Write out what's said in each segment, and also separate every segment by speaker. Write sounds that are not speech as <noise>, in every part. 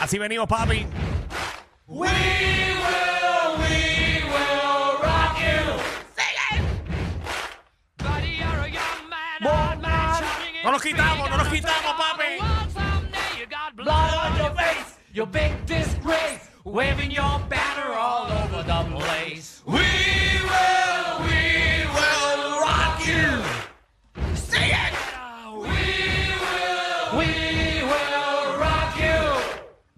Speaker 1: Así venimos, papi.
Speaker 2: No nos quitamos, no nos quitamos, papi. Your big disgrace, waving your banner all over the place. We will, we will rock you. Sing it. We will, we will rock you.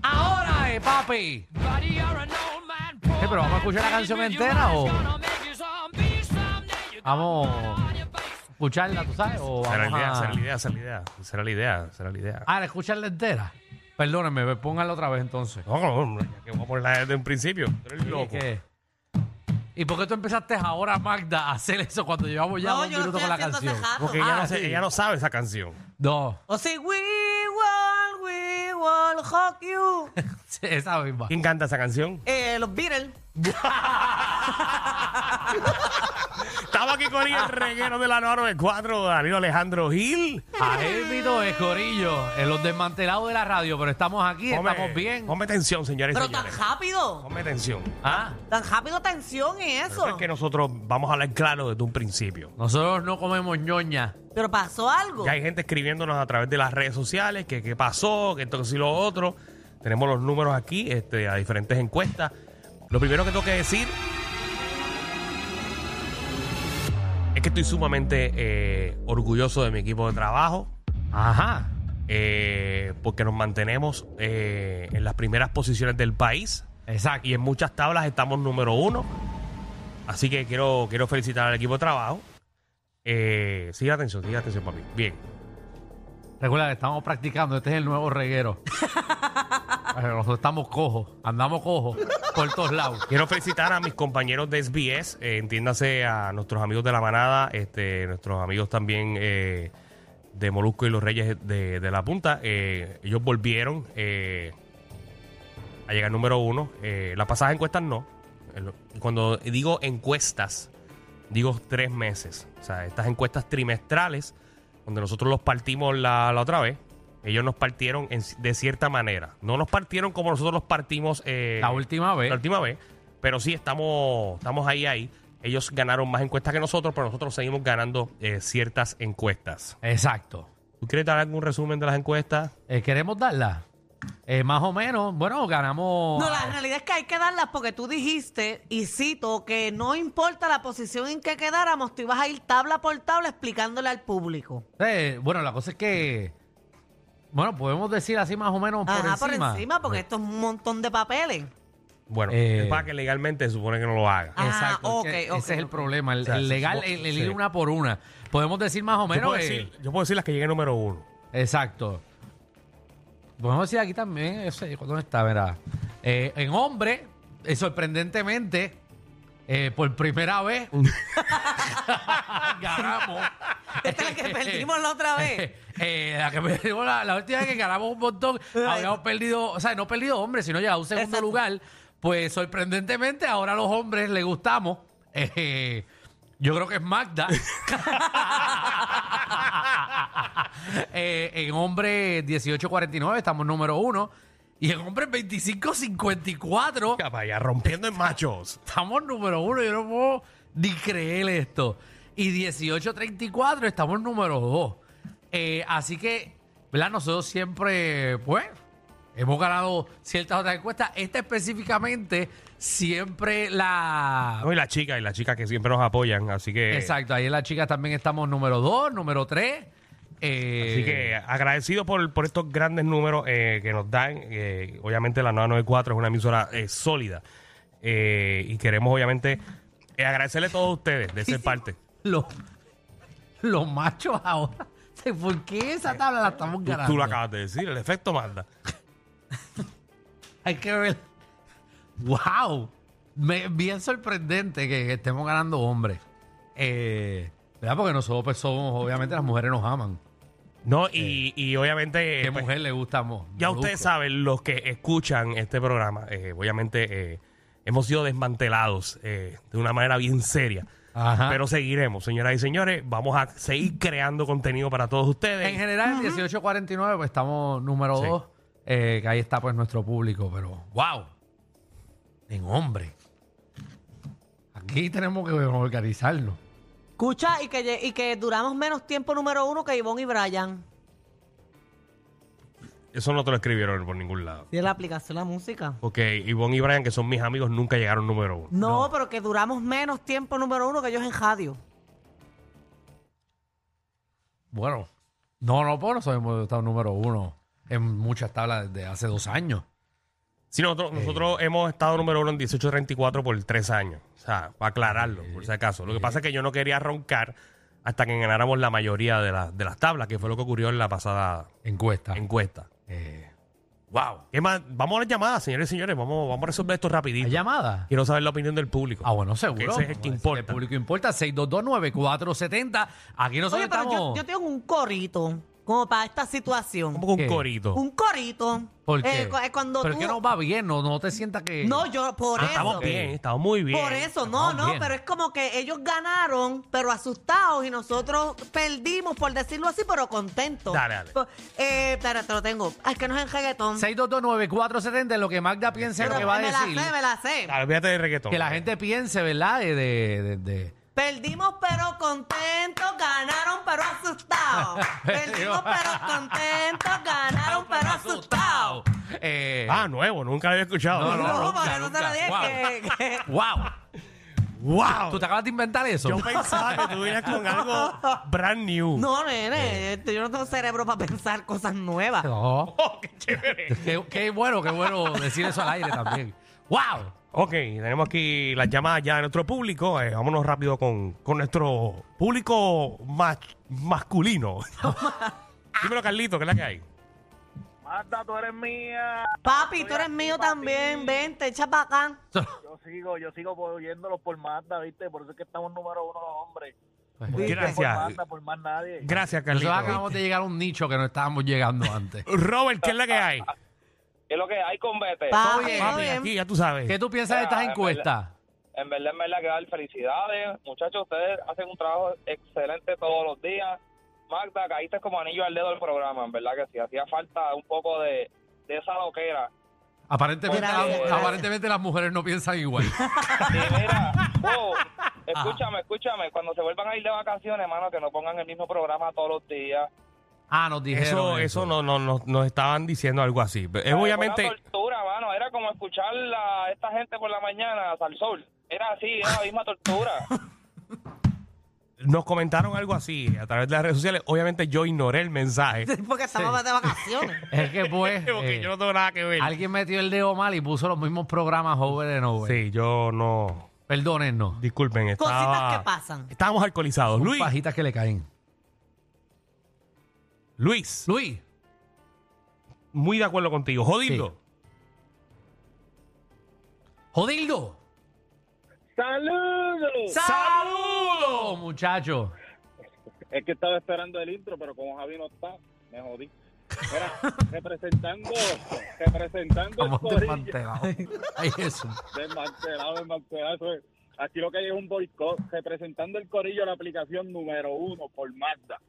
Speaker 2: Ahora, eh, papi.
Speaker 3: Eh, pero vamos a escuchar la canción entera o vamos a escucharla, tú sabes, o
Speaker 1: Será la
Speaker 3: vamos
Speaker 1: idea,
Speaker 3: a...
Speaker 1: será la idea, será la idea. Será la idea, será la idea.
Speaker 3: Ah, escucharla entera. Perdónenme, pónganla otra vez entonces.
Speaker 1: No, no, no, ya que vamos a ponerla desde un principio. Tú eres
Speaker 3: ¿Y,
Speaker 1: loco.
Speaker 3: qué? ¿Y por qué tú empezaste ahora, Magda, a hacer eso cuando llevamos ya
Speaker 4: No,
Speaker 3: un
Speaker 4: yo lo
Speaker 3: minuto
Speaker 4: estoy
Speaker 3: con la
Speaker 4: haciendo hace
Speaker 3: canción?
Speaker 4: rato.
Speaker 1: Porque ella,
Speaker 3: Ah,
Speaker 1: no se-
Speaker 3: sí.
Speaker 1: ella no sabe esa canción.
Speaker 3: No, <laughs>
Speaker 4: O sea, we will, we will hug you.
Speaker 3: sí, esa misma.
Speaker 1: ¿Quién canta esa canción?
Speaker 4: Eh, los Beatles.
Speaker 1: Estamos aquí con
Speaker 3: Ah.
Speaker 1: el reguero de la 994, Danilo Alejandro Gil.
Speaker 3: Ahí mito es Corillo, en los desmantelados de la radio, pero estamos aquí, estamos bien.
Speaker 1: Ponme tensión, señores y
Speaker 4: Pero tan
Speaker 1: señores.
Speaker 4: rápido.
Speaker 1: Ponme tensión.
Speaker 3: Ah,
Speaker 4: Tan rápido tensión y eso.
Speaker 1: Es que nosotros vamos a hablar claro desde un principio.
Speaker 3: nosotros no comemos ñoña.
Speaker 4: Pero pasó algo.
Speaker 1: Ya hay gente escribiéndonos a través de las redes sociales, que qué pasó, que esto, que sí, lo otro. Tenemos los números aquí, este, a diferentes encuestas. Lo primero que tengo que decir es que estoy sumamente eh, orgulloso de mi equipo de trabajo,
Speaker 3: Ajá.
Speaker 1: eh, porque nos mantenemos eh, en las primeras posiciones del país
Speaker 3: Exacto.
Speaker 1: y en muchas tablas estamos número uno. Así que quiero, quiero felicitar al equipo de trabajo. Eh, sigue la atención, sigue la atención, papi. Bien.
Speaker 3: Recuerda que estamos practicando, este es el nuevo
Speaker 4: <laughs>
Speaker 3: reguero. Pero Nosotros estamos cojos, andamos cojos por todos lados.
Speaker 1: Quiero felicitar a mis compañeros de SBS, eh, entiéndase a nuestros amigos de La Manada, este, nuestros amigos también eh, de Molusco y los Reyes de, de la Punta. Eh, ellos volvieron eh, a llegar número uno. Eh, las pasadas encuestas no. El- Cuando digo encuestas, digo tres meses. O sea, estas encuestas trimestrales, donde nosotros los partimos la, la otra vez. Ellos nos partieron en- de cierta manera. No nos partieron como nosotros los partimos. eh,
Speaker 3: La última vez.
Speaker 1: la última vez. Pero sí, estamos, estamos ahí, ahí. Ellos ganaron más encuestas que nosotros, pero nosotros seguimos ganando eh, ciertas encuestas.
Speaker 3: Exacto.
Speaker 1: ¿Tú quieres dar algún resumen de las encuestas?
Speaker 3: Eh, ¿Queremos darla? Eh, más o menos, bueno, ganamos.
Speaker 4: No, la realidad es que hay que darlas porque tú dijiste, y cito, que no importa la posición en que quedáramos, tú ibas a ir tabla por tabla explicándole al público.
Speaker 3: Eh, bueno, la cosa es que. Bueno, podemos decir así más o menos por
Speaker 4: Ajá,
Speaker 3: encima.
Speaker 4: por encima, porque esto es un montón
Speaker 1: <laughs>
Speaker 4: de papeles.
Speaker 1: Bueno,
Speaker 3: Eh.
Speaker 1: el PAC legalmente se supone que no lo haga.
Speaker 4: Ah,
Speaker 3: Exacto. es que
Speaker 4: ok,
Speaker 3: ese
Speaker 4: ok,
Speaker 3: es el
Speaker 4: ok.
Speaker 3: problema. El,
Speaker 1: O sea,
Speaker 3: el legal,
Speaker 1: supongo-
Speaker 3: el, el
Speaker 1: sí.
Speaker 3: ir una por una. Podemos decir más o
Speaker 1: Yo puedo,
Speaker 3: menos. eh,
Speaker 1: decir, yo puedo decir las que lleguen número uno.
Speaker 3: Exacto. Podemos decir aquí también, ese, ¿dónde está? Verá. Eh, en hombre, eh, sorprendentemente, eh, por primera vez, <laughs> ganamos.
Speaker 4: Esta es la que perdimos la
Speaker 1: <laughs>
Speaker 4: otra vez.
Speaker 3: <laughs> Eh, la, que <laughs> perdimos la, la última vez que ganamos un
Speaker 4: <laughs>
Speaker 3: montón, habíamos perdido, o sea, no perdido hombres, sino llegado a un segundo
Speaker 4: Exacto.
Speaker 3: lugar. Pues sorprendentemente, ahora a los hombres les gustamos. Eh, yo creo que es
Speaker 4: <laughs>
Speaker 3: Magda. Eh, en hombre 1849 estamos número uno. Y en hombre 2554
Speaker 1: Ya, Vaya, rompiendo en machos.
Speaker 3: estamos número uno. Yo no puedo ni creer esto. Y 1834 estamos número dos. Eh, así que, ¿verdad? Nosotros siempre, pues, hemos ganado ciertas otras encuestas. Esta específicamente, siempre la.
Speaker 1: No, y las chicas, y las chicas que siempre nos apoyan. Así que,
Speaker 3: Exacto, ahí en las chicas también estamos número dos, número tres. Eh,
Speaker 1: así que agradecido por, por estos grandes números eh, que nos dan. Eh, obviamente la 994 es una emisora eh, sólida. Eh, y queremos, obviamente, eh, agradecerle a todos ustedes de ser parte.
Speaker 3: Los, los machos ahora. <laughs> ¿Por qué esa tabla la estamos
Speaker 1: Tú,
Speaker 3: ganando?
Speaker 1: tú lo acabas de decir, el efecto manda.
Speaker 3: Hay que ver. <laughs> ¡Wow! Me- bien sorprendente que, que estemos ganando hombres. Eh, ¿Verdad? Porque nosotros, pues, somos, obviamente, las mujeres nos aman.
Speaker 1: No, y, y obviamente.
Speaker 3: ¿Qué
Speaker 1: eh, pues,
Speaker 3: mujer le gustamos?
Speaker 1: ya ustedes saben, los que escuchan este programa, eh, obviamente eh, hemos sido desmantelados eh, de una manera bien seria.
Speaker 3: Ajá.
Speaker 1: Pero seguiremos, señoras y señores. Vamos a seguir creando contenido para todos ustedes.
Speaker 3: En general, en 1849, pues estamos número
Speaker 1: Sí.
Speaker 3: 2. eh, que ahí está pues nuestro público, pero wow, en hombre. Aquí tenemos que organizarnos.
Speaker 4: Escucha, y que, lle- y que duramos menos tiempo número uno que Ivonne y Brian.
Speaker 1: Eso no te lo escribieron por ningún lado.
Speaker 4: Tiene la aplicación la música.
Speaker 1: Porque Ivonne y Brian, que son mis amigos, nunca llegaron número uno.
Speaker 4: No, pero que duramos menos tiempo número uno que ellos en radio.
Speaker 3: Bueno, no, no, pues nosotros hemos estado número uno en muchas tablas desde hace dos años.
Speaker 1: Sí, nosotros, nosotros hemos estado número uno en 1834 por tres años. O sea, para aclararlo, por si acaso. Lo que pasa es que yo no quería roncar hasta que ganáramos la mayoría de, las- de las tablas, que fue lo que ocurrió en la pasada
Speaker 3: Encuesta.
Speaker 1: encuesta.
Speaker 3: Eh, wow.
Speaker 1: Es más, vamos a las llamadas, señores y señores. Vamos, vamos a resolver esto rapidito.
Speaker 3: ¿Hay llamada?
Speaker 1: Quiero saber la opinión del público.
Speaker 3: Ah, bueno, seguro.
Speaker 1: Ese es el que
Speaker 3: Vamos a decir
Speaker 1: importa.
Speaker 3: El público importa. 6229470. Aquí nosotros
Speaker 4: Oye, pero yo,
Speaker 3: estamos.
Speaker 4: yo tengo un corito como para esta situación.
Speaker 1: Como con
Speaker 3: ¿Qué?
Speaker 1: un corito. Ah,
Speaker 4: Un corito.
Speaker 3: ¿Por
Speaker 4: Eh,
Speaker 3: qué?
Speaker 4: cu- eh, cuando
Speaker 3: pero
Speaker 4: tú...
Speaker 3: es que no va bien, no, no te sientas que.
Speaker 4: No, yo por
Speaker 1: Ah,
Speaker 4: eso.
Speaker 1: estamos bien, estamos muy bien.
Speaker 4: Por eso, no,
Speaker 3: Estamos
Speaker 4: no,
Speaker 3: bien.
Speaker 4: pero es como que ellos ganaron, pero asustados y nosotros perdimos, por decirlo así, pero contentos.
Speaker 1: Dale, dale.
Speaker 4: Po- Eh, espera, te lo tengo. Ah, es que no es en reggaetón.
Speaker 3: 6229470 es lo que Magda piense lo
Speaker 4: Pero
Speaker 3: que va a
Speaker 4: me
Speaker 3: decir.
Speaker 4: la sé, me la sé.
Speaker 1: Claro, fíjate de reggaetón.
Speaker 3: Que la gente piense, ¿verdad? De, de, de- de-
Speaker 4: Perdimos pero contentos, ganaron
Speaker 3: <laughs>
Speaker 4: pero asustados. Perdimos pero contentos, ganaron pero asustados.
Speaker 3: Eh,
Speaker 1: Ah, nuevo, nunca lo había escuchado.
Speaker 3: No,
Speaker 4: No,
Speaker 3: nunca,
Speaker 4: para eso te lo
Speaker 3: nunca.
Speaker 4: dije
Speaker 3: Wow.
Speaker 4: que- que-
Speaker 3: ¡Wow!
Speaker 1: ¡Wow!
Speaker 3: ¿Tú te acabas de inventar eso?
Speaker 1: Yo pensaba que tú venías con algo brand new. <laughs>
Speaker 4: No, nene, este, yo no tengo cerebro para pensar cosas nuevas.
Speaker 3: <laughs> No.
Speaker 1: Oh, qué chévere.
Speaker 3: Qué, qué bueno, qué bueno decir eso al aire también. ¡Wow!
Speaker 1: Ok, tenemos aquí las llamadas ya de nuestro público. Eh, vámonos rápido con, con nuestro público más
Speaker 3: <laughs>
Speaker 1: masculino. Dímelo, Carlito, ¿qué es la que hay?
Speaker 5: Marta, tú eres mía.
Speaker 4: Papi,
Speaker 5: Estoy
Speaker 4: tú eres
Speaker 5: aquí
Speaker 4: mío
Speaker 5: pa'
Speaker 4: también,
Speaker 5: ti.
Speaker 4: vente, echa para acá.
Speaker 5: Yo sigo, yo sigo oyéndolos por Marta, ¿viste? Por eso es que estamos número uno los hombres. Por
Speaker 1: Gracias.
Speaker 5: Marta, por más nadie.
Speaker 1: Gracias,
Speaker 3: Nosotros
Speaker 1: Carlito.
Speaker 3: acabamos de llegar a un nicho que no estábamos llegando
Speaker 1: <laughs>
Speaker 3: antes.
Speaker 1: Robert, ¿qué es la que hay?
Speaker 5: Es lo que hay con Vete.
Speaker 4: Papi,
Speaker 3: bien,
Speaker 4: todo
Speaker 1: Papi,
Speaker 4: bien.
Speaker 1: aquí ya tú sabes.
Speaker 3: ¿Qué tú piensas de estas
Speaker 5: Ah, en
Speaker 3: encuestas?
Speaker 5: En verdad, en verdad, que dar felicidades. Muchachos, ustedes hacen un trabajo excelente todos los días. Magda, caíste como anillo al dedo del programa, en verdad que sí. Hacía falta un poco de, de esa loquera.
Speaker 3: Aparentemente,
Speaker 4: Gracias,
Speaker 3: las-
Speaker 5: gracias.
Speaker 3: aparentemente las mujeres no piensan igual.
Speaker 5: Y mira, oh, escúchame, escúchame. Cuando se vuelvan a ir de vacaciones, hermano, que no pongan el mismo programa todos los días.
Speaker 3: Ah, nos dijeron.
Speaker 1: Eso, eso no, no, no- nos estaban diciendo algo así. Es
Speaker 5: Era
Speaker 1: obviamente.
Speaker 5: una tortura, mano. Era como escuchar a esta gente por la mañana al sol. Era así, era la misma tortura.
Speaker 1: nos comentaron algo así a través de las redes sociales. Obviamente yo ignoré el <laughs> mensaje.
Speaker 4: Porque estamos de vacaciones.
Speaker 3: Es que
Speaker 1: <laughs>
Speaker 3: pues.
Speaker 1: Porque
Speaker 3: eh,
Speaker 1: yo no tengo nada que ver.
Speaker 3: Alguien metió el dedo mal y puso los mismos programas over and over.
Speaker 1: eh. Sí, yo no.
Speaker 3: Perdónennos.
Speaker 1: Disculpen, estaba...
Speaker 4: Cositas que pasan.
Speaker 1: Estábamos alcoholizados. Luis,
Speaker 3: Pajitas que le caen.
Speaker 1: Luis,
Speaker 3: Luis.
Speaker 1: muy de acuerdo contigo. Jodido.
Speaker 3: Jodildo.
Speaker 5: <laughs> ¡Saludos!
Speaker 3: Saludos, muchachos.
Speaker 5: Es que estaba esperando el intro, pero como Javi no está, me jodí. Era representando, representando
Speaker 3: Estamos
Speaker 5: el corillo.
Speaker 3: desmantelados. <laughs> Ay, eso.
Speaker 5: Desmantelado, desmantelado. eso es. Aquí lo que hay es un boicot. Representando el corillo, la aplicación número uno por Mazda.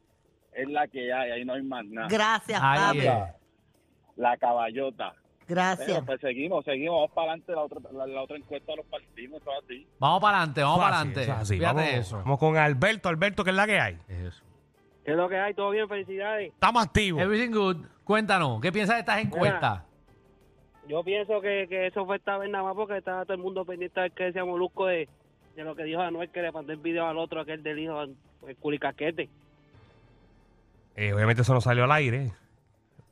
Speaker 5: Es la que hay, ahí no hay más nada.
Speaker 4: Gracias,
Speaker 3: Ahí
Speaker 4: papi.
Speaker 3: es.
Speaker 5: La caballota.
Speaker 4: Gracias.
Speaker 5: Bueno, pues seguimos, seguimos, vamos para adelante, la otra, la, la otra encuesta los partimos, todo así.
Speaker 3: Vamos para adelante, vamos para
Speaker 1: Fácil,
Speaker 3: adelante.
Speaker 1: eso es así.
Speaker 3: Fíjate
Speaker 1: Vamos,
Speaker 3: eso.
Speaker 1: vamos con Alberto. Alberto, ¿qué es la que hay?
Speaker 3: Eso.
Speaker 5: ¿Qué es lo que hay? ¿Todo bien? Felicidades.
Speaker 1: Estamos activos.
Speaker 3: Everything good. Cuéntanos, ¿qué piensas de estas encuestas?
Speaker 6: Yo pienso que, que eso fue esta vez nada más porque estaba todo el mundo pendiente de que ese molusco de, de lo que dijo Anuel que le mandó el video al otro, aquel del hijo, el culicaquete.
Speaker 1: Eh, obviamente eso no salió al aire.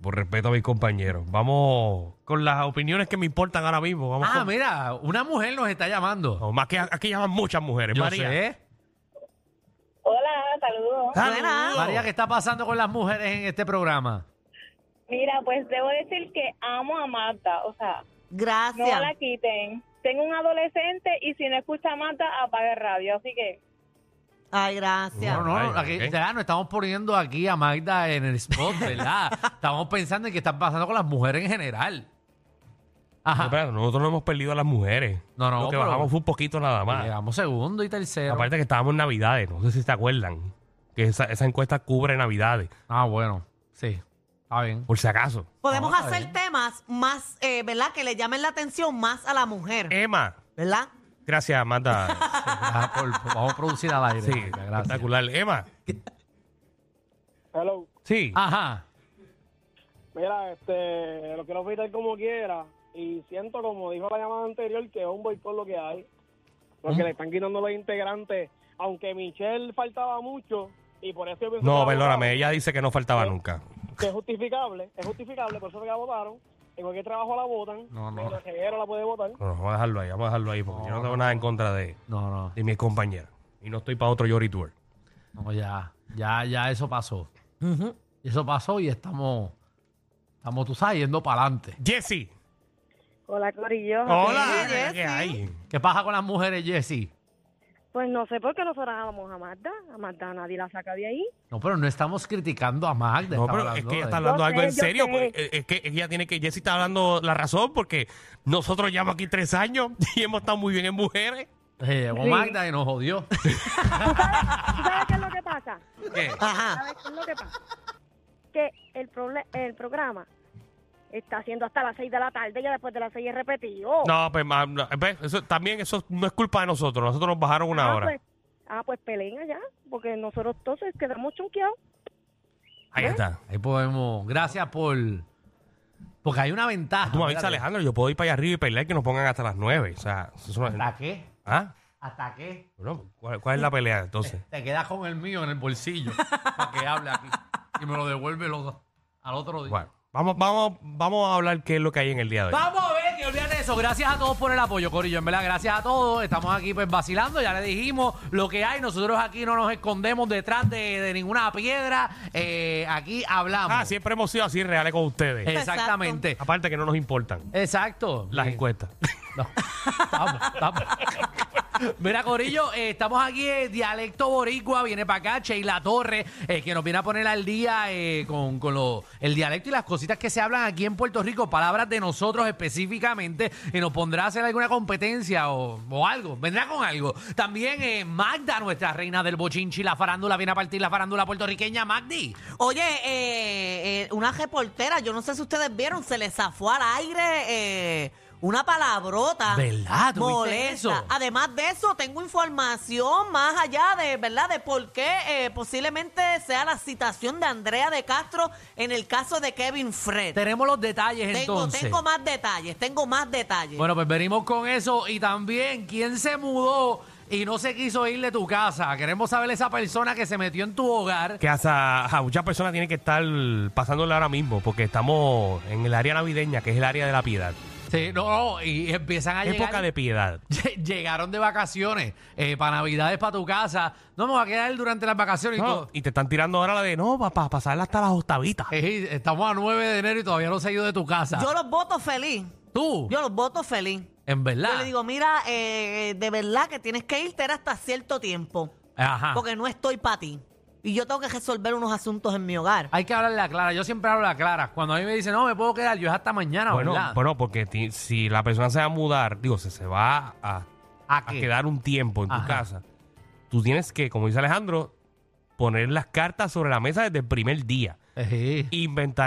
Speaker 1: Por respeto a mis compañeros. Vamos con las opiniones que me importan ahora mismo. Vamos
Speaker 3: Ah,
Speaker 1: con-
Speaker 3: mira, una mujer nos está llamando.
Speaker 1: No, más que aquí llaman muchas mujeres.
Speaker 3: Yo ¿eh?
Speaker 1: María.
Speaker 3: sé.
Speaker 7: Hola, saludos.
Speaker 1: Saludos.
Speaker 4: Buenas.
Speaker 3: María, ¿qué está pasando con las mujeres en este programa?
Speaker 7: Mira, pues debo decir que amo a Marta, o sea, pues. no
Speaker 4: Gracias.
Speaker 7: la quiten. Tengo un adolescente y si no escucha a Marta, apaga el radio, así que
Speaker 4: Ay, gracias.
Speaker 3: No, no,
Speaker 1: Ay,
Speaker 3: aquí,
Speaker 1: ok.
Speaker 3: ya, no estamos poniendo aquí a Magda en
Speaker 1: <laughs>
Speaker 3: el spot, ¿verdad? estamos pensando en qué está pasando con las mujeres en general.
Speaker 1: No,
Speaker 3: Ajá.
Speaker 1: espera, nosotros no hemos perdido a las mujeres.
Speaker 3: No, no,
Speaker 1: Lo que
Speaker 3: pero-
Speaker 1: bajamos fue un poquito nada más.
Speaker 3: Llegamos segundo y tercero.
Speaker 1: Aparte que estábamos en Navidades, no sé si se acuerdan. Que esa, esa encuesta cubre Navidades.
Speaker 3: Ah, bueno, sí. Está bien.
Speaker 1: por si acaso.
Speaker 4: Podemos
Speaker 3: Ah, está
Speaker 4: hacer
Speaker 3: bien.
Speaker 4: temas más, eh, ¿verdad? Que le llamen la atención más a la
Speaker 3: Eh.
Speaker 4: mujer,
Speaker 1: Emma,
Speaker 4: ¿verdad?
Speaker 1: gracias,
Speaker 3: <laughs>
Speaker 1: Amanda.
Speaker 3: Ah, por- por- vamos a producir al aire.
Speaker 1: Sí,
Speaker 3: Mónica, gracias.
Speaker 1: espectacular. Emma,
Speaker 6: Hello.
Speaker 1: sí.
Speaker 3: Ajá.
Speaker 6: Mira, este, lo quiero pitar como quiera. Y siento, como dijo la llamada anterior, que es un boicot lo que hay. Porque le están quitando los integrantes. Aunque Michelle faltaba mucho. Y por eso yo pienso
Speaker 1: No,
Speaker 6: que la
Speaker 1: perdóname,
Speaker 6: votaron,
Speaker 1: ella dice que no faltaba
Speaker 6: Sí.
Speaker 1: nunca.
Speaker 6: que es justificable, es justificable, por eso que la votaron. En cualquier trabajo la votan.
Speaker 3: No, no.
Speaker 6: Pero Reguero la puede votar.
Speaker 1: No, no, vamos a dejarlo ahí, vamos a dejarlo ahí, porque yo no tengo nada en contra de,
Speaker 3: No, no.
Speaker 1: de mi compañera. Y no estoy para otro Yori Tour.
Speaker 3: No, ya. Ya, ya eso pasó. Eso pasó y estamos, estamos, tú sabes, yendo para adelante.
Speaker 1: Jessy.
Speaker 7: Hola, Corillo.
Speaker 1: Hola.
Speaker 4: Sí, Jessy.
Speaker 1: ¿Qué hay?
Speaker 3: ¿Qué pasa con las mujeres, Jessy?
Speaker 7: Pues no sé por qué nosotros amamos a Magda. A Magda nadie la saca de ahí.
Speaker 3: No, pero no estamos criticando a Magda.
Speaker 1: No,
Speaker 3: estamos
Speaker 1: pero es
Speaker 3: hablando
Speaker 1: que ella
Speaker 3: de-
Speaker 1: está hablando
Speaker 7: Yo
Speaker 1: algo
Speaker 7: sé,
Speaker 1: en
Speaker 7: yo
Speaker 1: serio.
Speaker 7: sé.
Speaker 1: porque, eh, Es que ella tiene que. Jessy está dando la razón porque nosotros llevamos aquí tres años <laughs> y hemos estado muy bien en mujeres.
Speaker 3: Eh, llegó
Speaker 7: Sí.
Speaker 3: Magda y nos jodió.
Speaker 7: ¿Tú sabes qué es lo que pasa?
Speaker 4: Ajá.
Speaker 7: ¿Sabes qué es lo que pasa? Que el, proble- el programa está haciendo hasta las 6 de la tarde y ya después de las 6 es repetido.
Speaker 1: No, pues, ma- no, pues, eso, también eso no es culpa de nosotros. Nosotros nos bajaron una
Speaker 7: ah,
Speaker 1: hora.
Speaker 7: Pues, ah, pues peleen allá, porque nosotros entonces quedamos chonqueados.
Speaker 1: Ahí está.
Speaker 7: pues.
Speaker 3: Ahí podemos. Gracias por. Porque hay una ventaja.
Speaker 1: Tú me avisas,
Speaker 3: Mírate.
Speaker 1: Alejandro, yo puedo ir para allá arriba y pelear que nos pongan hasta las nueve. O sea, eso no-
Speaker 3: ¿Hasta qué?
Speaker 1: ¿Ah?
Speaker 3: ¿Hasta qué?
Speaker 1: Bueno, ¿cuál, cuál es la pelea entonces?
Speaker 3: Te quedas con el mío en el bolsillo para que hable aquí. Y me lo devuelve los- al otro día.
Speaker 1: Bueno, vamos, vamos, vamos a hablar qué es lo que hay en el día de hoy.
Speaker 3: Vamos a ver, que olvídate de eso. Gracias a todos por el apoyo, Corillo. En verdad, gracias a todos. Estamos aquí pues vacilando, ya le dijimos lo que hay. Nosotros aquí no nos escondemos detrás de, de ninguna piedra. Eh, aquí hablamos.
Speaker 1: Ah, siempre hemos sido así reales con ustedes.
Speaker 3: Eh. Exactamente.
Speaker 1: Aparte que no nos importan
Speaker 3: Exacto.
Speaker 1: las
Speaker 3: Eh, <laughs>
Speaker 1: encuestas.
Speaker 3: No. Estamos, estamos. Mira, Corillo, eh, estamos aquí en Dialecto Boricua. Viene para acá Sheila Torres, eh, que nos viene a poner al día eh, con, con lo- el dialecto y las cositas que se hablan aquí en Puerto Rico, palabras de nosotros específicamente, y nos pondrá a hacer alguna competencia o, o algo. Vendrá con algo. También eh, Magda, nuestra reina del bochinchi, la farándula, viene a partir la farándula puertorriqueña, Magdi.
Speaker 4: Oye, eh, eh, una reportera, yo no sé si ustedes vieron, se le zafó al aire eh, una palabrota.
Speaker 3: ¿Verdad? ¿Tú viste
Speaker 4: Molesta.
Speaker 3: eso?
Speaker 4: Además de eso, tengo información más allá de, ¿verdad? De por qué eh, posiblemente sea la citación de Andrea de Castro en el caso de Kevin Fred.
Speaker 3: Tenemos los detalles
Speaker 4: Eh, Tengo,
Speaker 3: entonces.
Speaker 4: tengo más detalles, tengo más detalles.
Speaker 3: Bueno, pues venimos con eso y también quién se mudó y no se quiso ir de tu casa. Queremos saber esa persona que se metió en tu hogar.
Speaker 1: Que hasta a muchas personas tienen que estar pasándole ahora mismo, porque estamos en el área navideña, que es el área de la piedad.
Speaker 3: Sí, no, no, y empiezan a
Speaker 1: Época
Speaker 3: <laughs> llegar.
Speaker 1: de piedad.
Speaker 3: Llegaron de vacaciones eh, para navidades para tu casa. No me va a quedar durante las vacaciones. y
Speaker 1: No,
Speaker 3: todo.
Speaker 1: y te están tirando ahora la de no, para pasarla hasta las octavitas.
Speaker 3: Ey, estamos a 9 de enero y todavía no se ha ido de tu casa.
Speaker 4: yo los voto feliz.
Speaker 3: Tú,
Speaker 4: Yo los voto feliz.
Speaker 3: en verdad.
Speaker 4: Yo le digo, mira, eh, de verdad que tienes que irte era hasta cierto tiempo.
Speaker 3: Ajá.
Speaker 4: porque no estoy para ti. Y yo tengo que resolver unos asuntos en mi hogar.
Speaker 3: Hay que hablarle a Clara. Yo siempre hablo a Clara. Cuando a mí me dicen, no, me puedo quedar, yo es hasta mañana,
Speaker 1: bueno,
Speaker 3: ¿verdad?
Speaker 1: bueno, porque ti- si la persona se va a mudar, digo, se, se va a,
Speaker 3: ¿A
Speaker 1: a
Speaker 3: qué?
Speaker 1: quedar un tiempo en tu
Speaker 3: Ajá.
Speaker 1: casa, tú tienes que, como dice Alejandro, poner las cartas sobre la mesa desde el primer día.
Speaker 3: Ey.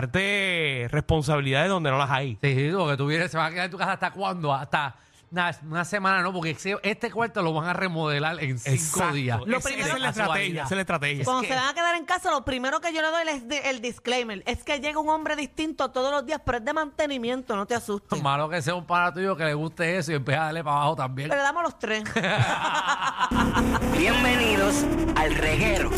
Speaker 1: Inventarte responsabilidades donde no las hay.
Speaker 3: Sí, porque tú vienes, se van a quedar en tu casa hasta cuándo? Hasta una, una semana, ¿no? Porque ese- este cuarto lo van a remodelar en cinco
Speaker 1: Exacto.
Speaker 3: días.
Speaker 1: Lo
Speaker 3: Ese-
Speaker 1: primero-
Speaker 3: de
Speaker 1: esa es la estrategia.
Speaker 3: casualidad.
Speaker 1: esa es la estrategia.
Speaker 4: Cuando
Speaker 3: que-
Speaker 4: se van a quedar en casa, lo primero que yo le doy es de- el disclaimer. Es que llega un hombre distinto todos los días, pero es de mantenimiento, no te asustes.
Speaker 3: Malo que sea un pana tuyo que le guste eso y empieza a darle para abajo también.
Speaker 4: Pero le damos los tres.
Speaker 8: Bienvenidos al reguero.